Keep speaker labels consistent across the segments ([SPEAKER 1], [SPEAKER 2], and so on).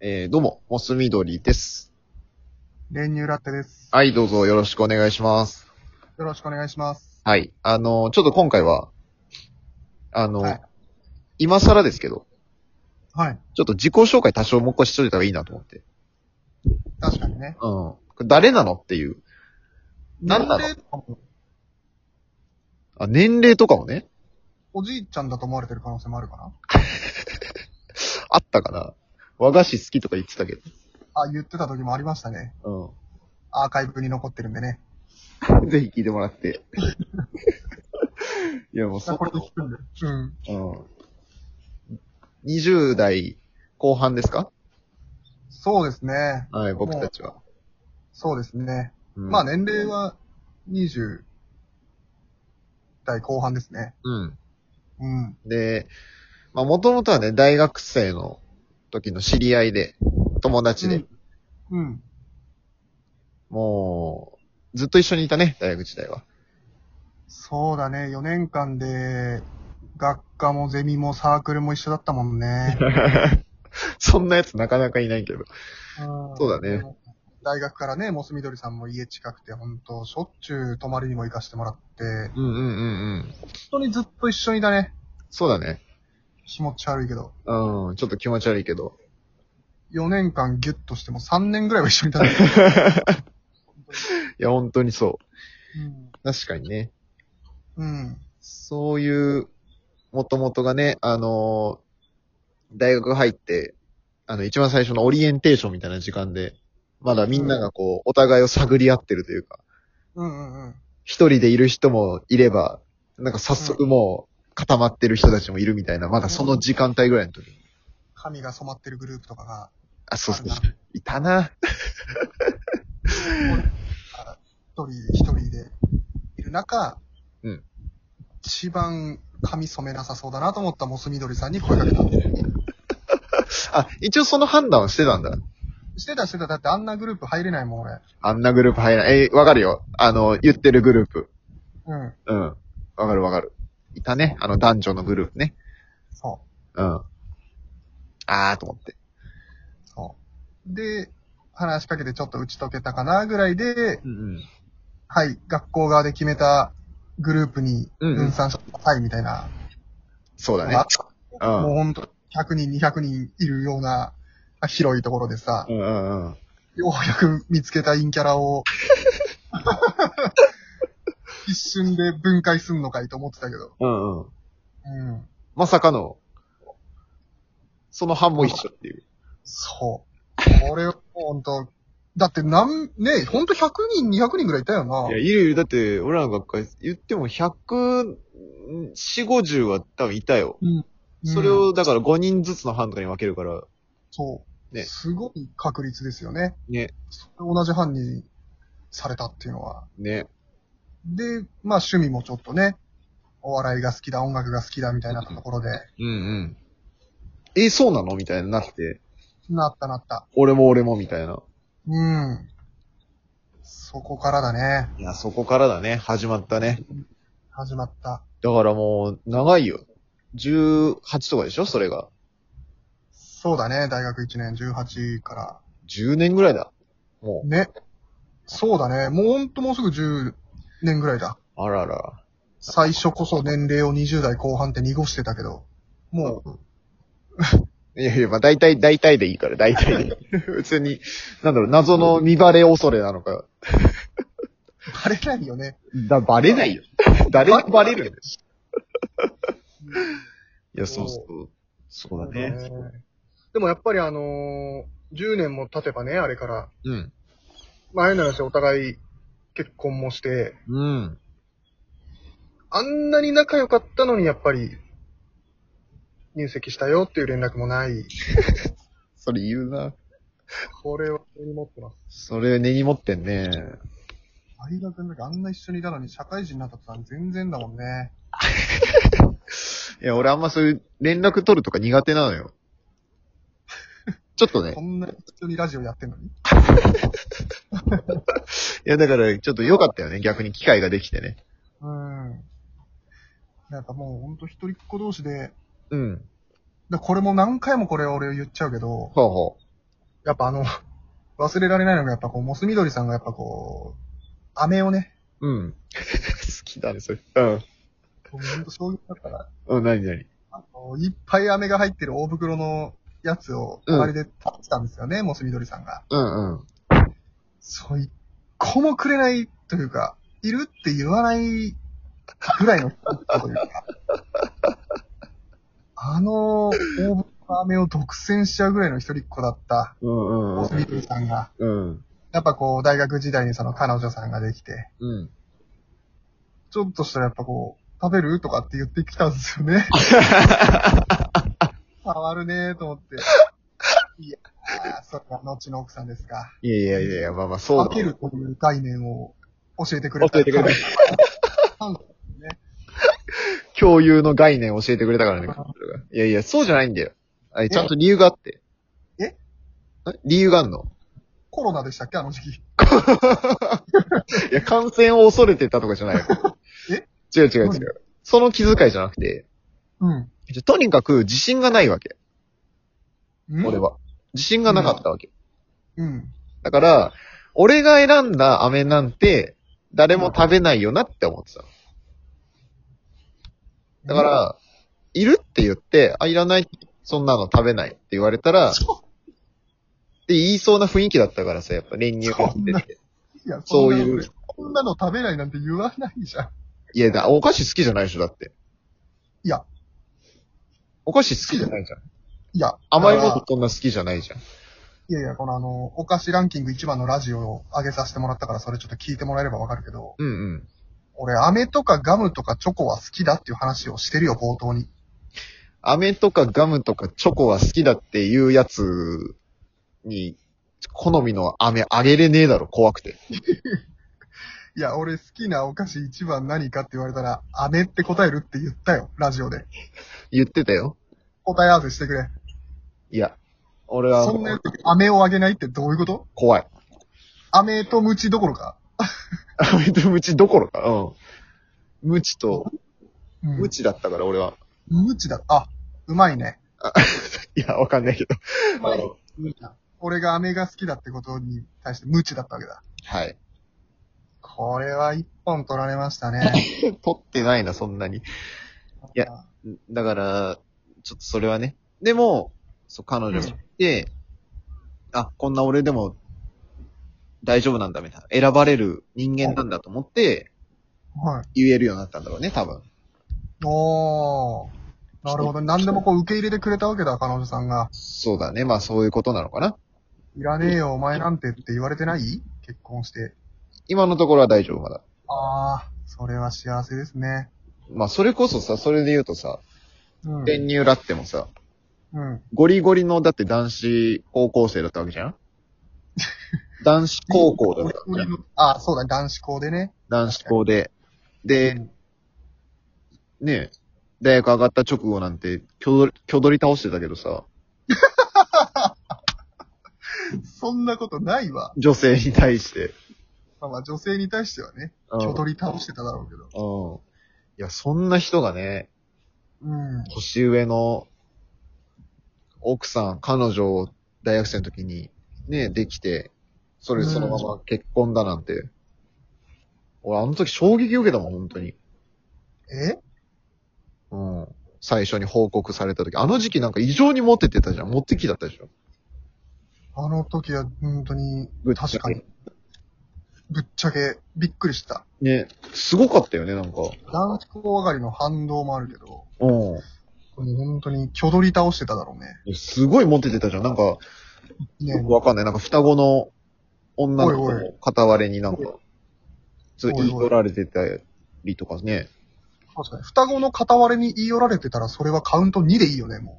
[SPEAKER 1] えー、どうも、モスミドリです。
[SPEAKER 2] 練乳ラッテです。
[SPEAKER 1] はい、どうぞよろしくお願いします。
[SPEAKER 2] よろしくお願いします。
[SPEAKER 1] はい。あの、ちょっと今回は、あの、
[SPEAKER 2] はい
[SPEAKER 1] 今更ですけど、
[SPEAKER 2] はい。
[SPEAKER 1] ちょっと自己紹介多少もう一回しといた方がいいなと思って。
[SPEAKER 2] 確かにね。
[SPEAKER 1] うん。これ誰なのっていう。なんなの
[SPEAKER 2] 年齢とかも
[SPEAKER 1] あ、年齢とかもね、
[SPEAKER 2] おじいちゃんだと思われてる可能性もあるかな
[SPEAKER 1] あったかな。和菓子好きとか言ってたけ
[SPEAKER 2] あ、言ってた時もありましたね。
[SPEAKER 1] ど。
[SPEAKER 2] アーカイブに残ってるんでね。
[SPEAKER 1] うん。ぜひ聞いてもら って。いや、もうそ
[SPEAKER 2] これで聞くんで。うん。
[SPEAKER 1] うん。20代後半ですか
[SPEAKER 2] そうですね。
[SPEAKER 1] はい、僕たちは。
[SPEAKER 2] そうですね。
[SPEAKER 1] うん
[SPEAKER 2] まあ。年齢は20代後半ですね。
[SPEAKER 1] うん。
[SPEAKER 2] うん。
[SPEAKER 1] で、まあ、もともとはね、大学生の時の知り合いで、友達で、
[SPEAKER 2] うん。うん。
[SPEAKER 1] もう、ずっと一緒にいたね、大学時 代は。
[SPEAKER 2] そうだね。4年間で、学科もゼミもサークルも一緒だったもん ね。
[SPEAKER 1] そんなやつなかなかいないけど。そ
[SPEAKER 2] そう
[SPEAKER 1] だね。
[SPEAKER 2] 大学からね、モスみどりさんも家近くて、ほんと、しょっちゅう泊まりにも行かしてもらって、
[SPEAKER 1] うんうんうんうん。
[SPEAKER 2] 本当にずっと一緒にだね。
[SPEAKER 1] そうだね。
[SPEAKER 2] 気持ち悪いけど。
[SPEAKER 1] うん、ちょっと気持ち悪いけど。
[SPEAKER 2] 4年間ギュッとしても3年ぐらいは一緒にい たね。
[SPEAKER 1] いや、本当にそう。確かにね。
[SPEAKER 2] うん。うん。
[SPEAKER 1] そういう、もともとがね、あのー大学入って、あの、一番最初のオリエンテーションみたいな時間で、まだみんながこう、お互いを探り合ってるというか、
[SPEAKER 2] うんうんうん。
[SPEAKER 1] 一人でいる人もいれば、なんか早速もう固まってる人たちもいるみたいな、まだその時間帯ぐらいの時に。
[SPEAKER 2] 髪が染まってるグループとかが、
[SPEAKER 1] あ、そうそう
[SPEAKER 2] ある。
[SPEAKER 1] いたな。
[SPEAKER 2] 一人一人でいる中、
[SPEAKER 1] うん
[SPEAKER 2] 一番髪染めなさそうだなと思ったモスみどりさんに声かけたんで。
[SPEAKER 1] あ、一応その判断をしてたんだ。
[SPEAKER 2] してたしてた。だってあんなグループ入れないもん、俺。
[SPEAKER 1] あんなグループ入らない。えーわかるよ。あの、言ってるグループ。
[SPEAKER 2] うん。
[SPEAKER 1] うん。わかるわかる。いたね。あの男女のグループね。
[SPEAKER 2] そう。
[SPEAKER 1] うん。あーと思って。
[SPEAKER 2] そう。で、話しかけてちょっと打ち解けたかなぐらいで、
[SPEAKER 1] うん
[SPEAKER 2] はい、学校側で決めたグループに
[SPEAKER 1] うんうん
[SPEAKER 2] 分散してくださいみたいな。
[SPEAKER 1] そうだね
[SPEAKER 2] まあ。
[SPEAKER 1] う。
[SPEAKER 2] もうんほんと、100人、200人いるようなあ広いところでさ
[SPEAKER 1] う、んうんうん。
[SPEAKER 2] ようやく見つけた陰キャ ラを、一瞬で分解すんのかいと思ってたけど。
[SPEAKER 1] うんうん。
[SPEAKER 2] うん。
[SPEAKER 1] まさかの、その班も一緒っていう。
[SPEAKER 2] そう。これをほんと、だってなん、ね、ほんと100人、200人ぐらいいたよない
[SPEAKER 1] や、。いるいる。だって、俺らの学会、言っても100、4、50は多分いたよ。それ
[SPEAKER 2] うん、
[SPEAKER 1] を、だから5人ずつの班とかに分けるから、
[SPEAKER 2] そう。
[SPEAKER 1] ね
[SPEAKER 2] すごい確率ですよね。
[SPEAKER 1] ね、
[SPEAKER 2] 同じ犯にされたっていうのは。
[SPEAKER 1] ね。
[SPEAKER 2] で、まあ趣味もちょっとね、お笑いが好きだ、音楽が好きだみたいなところで、
[SPEAKER 1] うんうん。え、そうなのみたいになって、
[SPEAKER 2] なったなった。
[SPEAKER 1] 俺も俺もみたいな。
[SPEAKER 2] うん。そこからだね。
[SPEAKER 1] いや、そこからだね。始まったね。
[SPEAKER 2] 始まった。
[SPEAKER 1] だからもう、長いよ。18とかでしょそれが。
[SPEAKER 2] そうだね、大学1年18か
[SPEAKER 1] 10年ぐらいだ。
[SPEAKER 2] ら。
[SPEAKER 1] も
[SPEAKER 2] ね。そうだね、もうほんともうすぐ10年ぐらいだ。
[SPEAKER 1] う、あらあら。
[SPEAKER 2] 最初こそ年齢を20代後半って濁してたけど、もう、
[SPEAKER 1] いやいや、まあ大体、大体でいいから、大体で いい。別に、なんだろう、謎の見バレ恐れなのか。
[SPEAKER 2] バレないよね。
[SPEAKER 1] だ、バレないよ。 誰がバレるんだよ。 いや、そうそう。そうだね。。
[SPEAKER 2] でもやっぱりあのー、10年も経てばね、あれから。
[SPEAKER 1] うん。
[SPEAKER 2] まあ、あれなんですよ、お互い結婚もして、
[SPEAKER 1] うん。
[SPEAKER 2] あんなに仲良かったのに、やっぱり、入籍したよっていう連絡もない。
[SPEAKER 1] それ言うな。
[SPEAKER 2] これを持ってます。
[SPEAKER 1] それ根に持ってんね。
[SPEAKER 2] 大学の時あんな一緒にいたのに、社会人になった途端全然だもんね。
[SPEAKER 1] いや、俺あんまそういう連絡取るとか苦手なの よ。ちょっとね
[SPEAKER 2] こ。んなに一緒にラジオやってんのに。
[SPEAKER 1] いや、だから、ちょっと良かったよね。逆に機会ができてね。
[SPEAKER 2] うん。なんかもうほんと一人っ子同士で、
[SPEAKER 1] うん。
[SPEAKER 2] だこれも何回もこれ俺言っちゃうけど、
[SPEAKER 1] ほうほ
[SPEAKER 2] やっぱあの、忘れられないのがやっぱこう、モス緑さんがやっぱこう、飴をね、
[SPEAKER 1] うん。 好きだね、それ。うん。
[SPEAKER 2] 僕ほんと衝撃だったから、
[SPEAKER 1] うん、なになに
[SPEAKER 2] あの、いっぱい飴が入ってる大袋のやつを、
[SPEAKER 1] うん
[SPEAKER 2] あれで食べてたんですよね、モス緑さんが。
[SPEAKER 1] うんうん。
[SPEAKER 2] そう、一個もくれないというか、いるって言わないぐらいの人というか。あの、大袋の飴を独占しちゃうぐらいの一人っ子だった、
[SPEAKER 1] うんうん
[SPEAKER 2] モス緑さんが。
[SPEAKER 1] うん。
[SPEAKER 2] やっぱこう、大学時代にその彼女さんができて、
[SPEAKER 1] うん。
[SPEAKER 2] ちょっとしたらやっぱこう、食べるとかって言ってきたんです よね。触るねーと思 って。いやー、それが後の奥さんですか。
[SPEAKER 1] いやいやいやいや、まあまあ、そう
[SPEAKER 2] 分
[SPEAKER 1] だ
[SPEAKER 2] け
[SPEAKER 1] ね。
[SPEAKER 2] るという概念を教えてくれた。
[SPEAKER 1] 教えてくれ共有の概念を教えてくれたからね。いやいや、そうじゃないんだよ。あれちゃんと理由があって。
[SPEAKER 2] え
[SPEAKER 1] え理由があん の
[SPEAKER 2] コロナでしたっけあの時期。
[SPEAKER 1] いや、感染を恐れてたとかじゃないよ。
[SPEAKER 2] え
[SPEAKER 1] 違う違う違う。その気遣いじゃなくて、
[SPEAKER 2] うん。
[SPEAKER 1] とにかく自信がないわけ。
[SPEAKER 2] うん
[SPEAKER 1] 俺。は。自信がなかったわけ。
[SPEAKER 2] うん。
[SPEAKER 1] だから、俺が選んだ飴なんて、誰も食べないよなって思ってたの。だか、ら、いるって言って、あ、いらない、そんなの食べないって言われたら、って
[SPEAKER 2] そ
[SPEAKER 1] 言いそうな雰囲気だったからさ、やっぱ練乳持ってて。
[SPEAKER 2] いや、
[SPEAKER 1] そ
[SPEAKER 2] そうう
[SPEAKER 1] い
[SPEAKER 2] いうう。こんなの食べないなんて言わないじゃん。
[SPEAKER 1] いやだ、お菓子好きじゃないでしょ、だって。
[SPEAKER 2] いや。
[SPEAKER 1] お菓子好きじゃないじゃん。
[SPEAKER 2] いや。
[SPEAKER 1] 甘いも
[SPEAKER 2] だか
[SPEAKER 1] の
[SPEAKER 2] ら
[SPEAKER 1] そんな好きじゃないじゃん。
[SPEAKER 2] いやいや、このあの、お菓子ランキング1番のラジオを上げさせてもらったから、それちょっと聞いてもらえればわかるけど、
[SPEAKER 1] うんうん。
[SPEAKER 2] 俺、飴とかガムとかチョコは好きだっていう話をしてるよ、冒頭に。
[SPEAKER 1] 飴とかガムとかチョコは好きだっていうやつに、好みの飴あげれねえだろ、怖くて。
[SPEAKER 2] いや、俺好きなお菓子一番何かって言われたら、飴って答えるって言ったよ、ラジオで。
[SPEAKER 1] 言ってたよ。
[SPEAKER 2] 答え合わせしてくれ。
[SPEAKER 1] いや、俺は
[SPEAKER 2] そんなやつに飴をあげないってどういうこと
[SPEAKER 1] 怖い。
[SPEAKER 2] 飴とムチどころか。
[SPEAKER 1] 飴とムチどころか。うん。ムチと、
[SPEAKER 2] うん
[SPEAKER 1] ム。チだったから俺は。
[SPEAKER 2] ムチだ。あ、うまいね。
[SPEAKER 1] いや、わかんないけど。
[SPEAKER 2] うまい俺が飴が好きだってことに対してムチだったわけだ。
[SPEAKER 1] はい。
[SPEAKER 2] これは一本取られましたね。
[SPEAKER 1] 取ってないな、そんなに。いやだから、ちょっとそれはね。でも、そう、彼女がいて、あ、こんな俺でも、大丈夫なんだ、みたいな。選ばれる人間なんだと思って、
[SPEAKER 2] はい。
[SPEAKER 1] 言えるようになったんだろうね、多分。
[SPEAKER 2] おー。なるほど。何でもこう受け入れてくれたわけだ、彼女さんが。
[SPEAKER 1] そうだね。まあ、そういうことなのかな。
[SPEAKER 2] いらねえよ、お前なんてって言われてない結婚して。
[SPEAKER 1] 今のところは大丈夫、まだ。
[SPEAKER 2] あー、それは幸せですね。
[SPEAKER 1] まあ、それこそさ、それで言うとさ、
[SPEAKER 2] うん。
[SPEAKER 1] 練乳ラッテもさ、
[SPEAKER 2] うん。
[SPEAKER 1] ゴリゴリの、だって男子高校生だったわけじゃ ん男子高校だったわけじゃん。
[SPEAKER 2] あ、そうだ、男子校でね。
[SPEAKER 1] 男子校で。で、ねえ、大学上がった直後なんて、きょどり、きょどり倒してたけどさ、
[SPEAKER 2] そんなことないわ。
[SPEAKER 1] 女性に対して。
[SPEAKER 2] まあまあ女性に対してはね、
[SPEAKER 1] うん
[SPEAKER 2] 気を取り倒してただろうけど。
[SPEAKER 1] うん。いや、そんな人がね、
[SPEAKER 2] うん。
[SPEAKER 1] 年上の奥さん、彼女を大学生の時に、ねえ、できて、それそのまま結婚だなんて。俺、あの時衝撃受けたもん、本当に。
[SPEAKER 2] え
[SPEAKER 1] うん。最初に報告された時。あの時期なんか異常にモテてたじゃん。モテ期だったでしょ。
[SPEAKER 2] あの時は本当に
[SPEAKER 1] ぶっ、ちゃけ
[SPEAKER 2] 確かに。ぶっちゃけ、びっくりした。
[SPEAKER 1] ね。すごかったよね、なんか。
[SPEAKER 2] 男子校上がりの反動もあるけど、も
[SPEAKER 1] うん。
[SPEAKER 2] う本当に気を取り倒してただろうね。
[SPEAKER 1] すごいモテてたじゃん。なんか、
[SPEAKER 2] ね
[SPEAKER 1] よくわかんない。なんか双子の女の子
[SPEAKER 2] おいお
[SPEAKER 1] の片割れになんか、そう
[SPEAKER 2] おいおい
[SPEAKER 1] 言い取られてたりとかね。
[SPEAKER 2] 確かに。双子の片割れに言い寄られてたら、それはカウント2でいいよね、も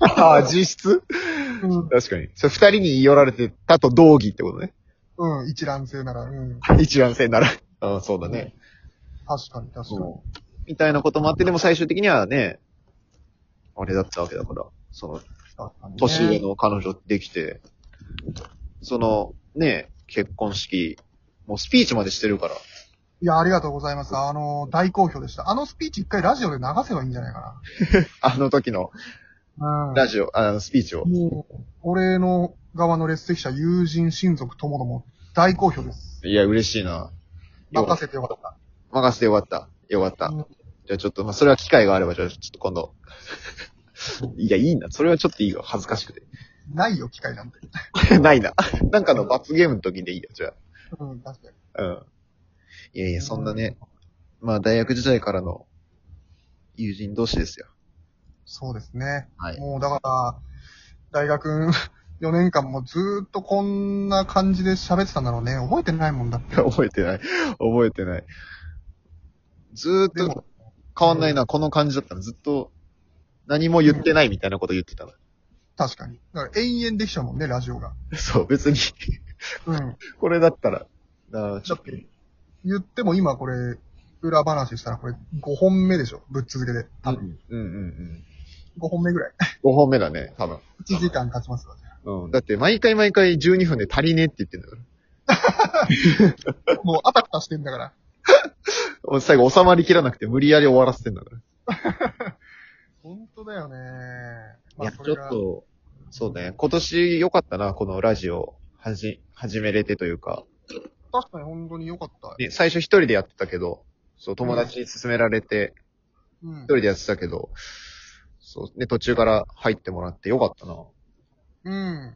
[SPEAKER 1] ああ、実質
[SPEAKER 2] う。 うん。
[SPEAKER 1] 確かに。それ二人に言い寄られてたと同義ってことね。
[SPEAKER 2] うん、一覧性なら、うん。
[SPEAKER 1] 一覧性なら。 うん、そうだね。
[SPEAKER 2] 確かに、確かに。
[SPEAKER 1] みたいなこともあって、でも最終的にはね、あれだったわけだから、その、
[SPEAKER 2] 確かにね
[SPEAKER 1] 年上の彼女できて、その、ね、結婚式、もうスピーチまでしてるから。
[SPEAKER 2] いや、ありがとうございます。あの、大好評でした。あのスピーチ一回ラジオで流せばいいんじゃないか
[SPEAKER 1] あの時の
[SPEAKER 2] な。うん。
[SPEAKER 1] ラジオ、あの、スピーチを。
[SPEAKER 2] もう、俺の側の列席者、友人、親族ともども、大好評です。
[SPEAKER 1] いや、嬉しいな。よ
[SPEAKER 2] 任せてよかった。
[SPEAKER 1] 任せてよかった。よかった
[SPEAKER 2] うん。
[SPEAKER 1] じゃあちょっと、まあ、それは機会があれば、じゃあちょっと今度。 いや、いいな。それはちょっといいよ。恥ずかしく
[SPEAKER 2] ないよ、機会なんて。
[SPEAKER 1] て。 ない な。なんかの罰ゲームの時でいいよ、じゃ
[SPEAKER 2] うん、確かに。
[SPEAKER 1] あ。うん。いやいや、そんなね、まあ、大学時代からの友人同士ですよ。
[SPEAKER 2] そうですね。
[SPEAKER 1] はい
[SPEAKER 2] もうだから、大学4年間もずーっとこんな感じで喋ってたんだろうね。覚えてないもんだっ て。
[SPEAKER 1] 覚えてない。覚えてない。ずーっ
[SPEAKER 2] で
[SPEAKER 1] と
[SPEAKER 2] も、
[SPEAKER 1] 変わんないな。この感じだったの。ずっと、何も言ってないみたいなこと言ってたの。
[SPEAKER 2] 確かに。だから延々できちゃうもんね、ラジオが。
[SPEAKER 1] そう、別に、
[SPEAKER 2] うん。
[SPEAKER 1] これだったら。あーちょっと、
[SPEAKER 2] 言っても今これ、裏話したらこれ5本目でしょ、ぶっ続けで。多分
[SPEAKER 1] うんうんうん。
[SPEAKER 2] 5本 目ぐらい。
[SPEAKER 1] 5本目だね、多分。
[SPEAKER 2] 1時間経ちますわ。
[SPEAKER 1] うん。だって、毎回毎回12分で足りねえって言ってんだから。
[SPEAKER 2] もうあたふたしてんだから。
[SPEAKER 1] もう最後収まりきらなくて無理やり終わらせてんだから。
[SPEAKER 2] 本当だよね。
[SPEAKER 1] いや、ちょっ
[SPEAKER 2] と。
[SPEAKER 1] と、そうね。今年良かったな、このラジオ。はじ、始めれてというか。
[SPEAKER 2] 確かに本当に良かった。
[SPEAKER 1] ね、最初一人でやってたけど、そう、友達に勧められて、
[SPEAKER 2] うん
[SPEAKER 1] 一人でやってたけど、そう、ね、途中から入ってもらって良かったな。
[SPEAKER 2] うん。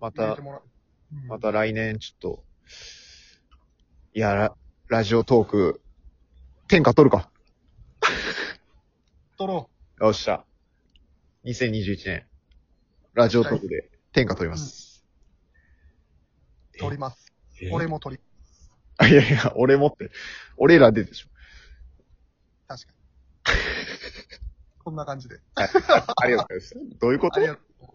[SPEAKER 1] ま
[SPEAKER 2] 入れ
[SPEAKER 1] た
[SPEAKER 2] て、もらううん
[SPEAKER 1] また来年ちょっと、いや、ララジオトーク、天下取るか。
[SPEAKER 2] 取ろ
[SPEAKER 1] よっしゃ。2021年、ラジオトークで天下取ります。
[SPEAKER 2] う。取ります。
[SPEAKER 1] え
[SPEAKER 2] 俺も取り。
[SPEAKER 1] あいやいや、俺もって、俺らででしょ。
[SPEAKER 2] 確かに。こんな感じで。
[SPEAKER 1] ありがとうございます。どういうこ
[SPEAKER 2] あ
[SPEAKER 1] と
[SPEAKER 2] りがとう。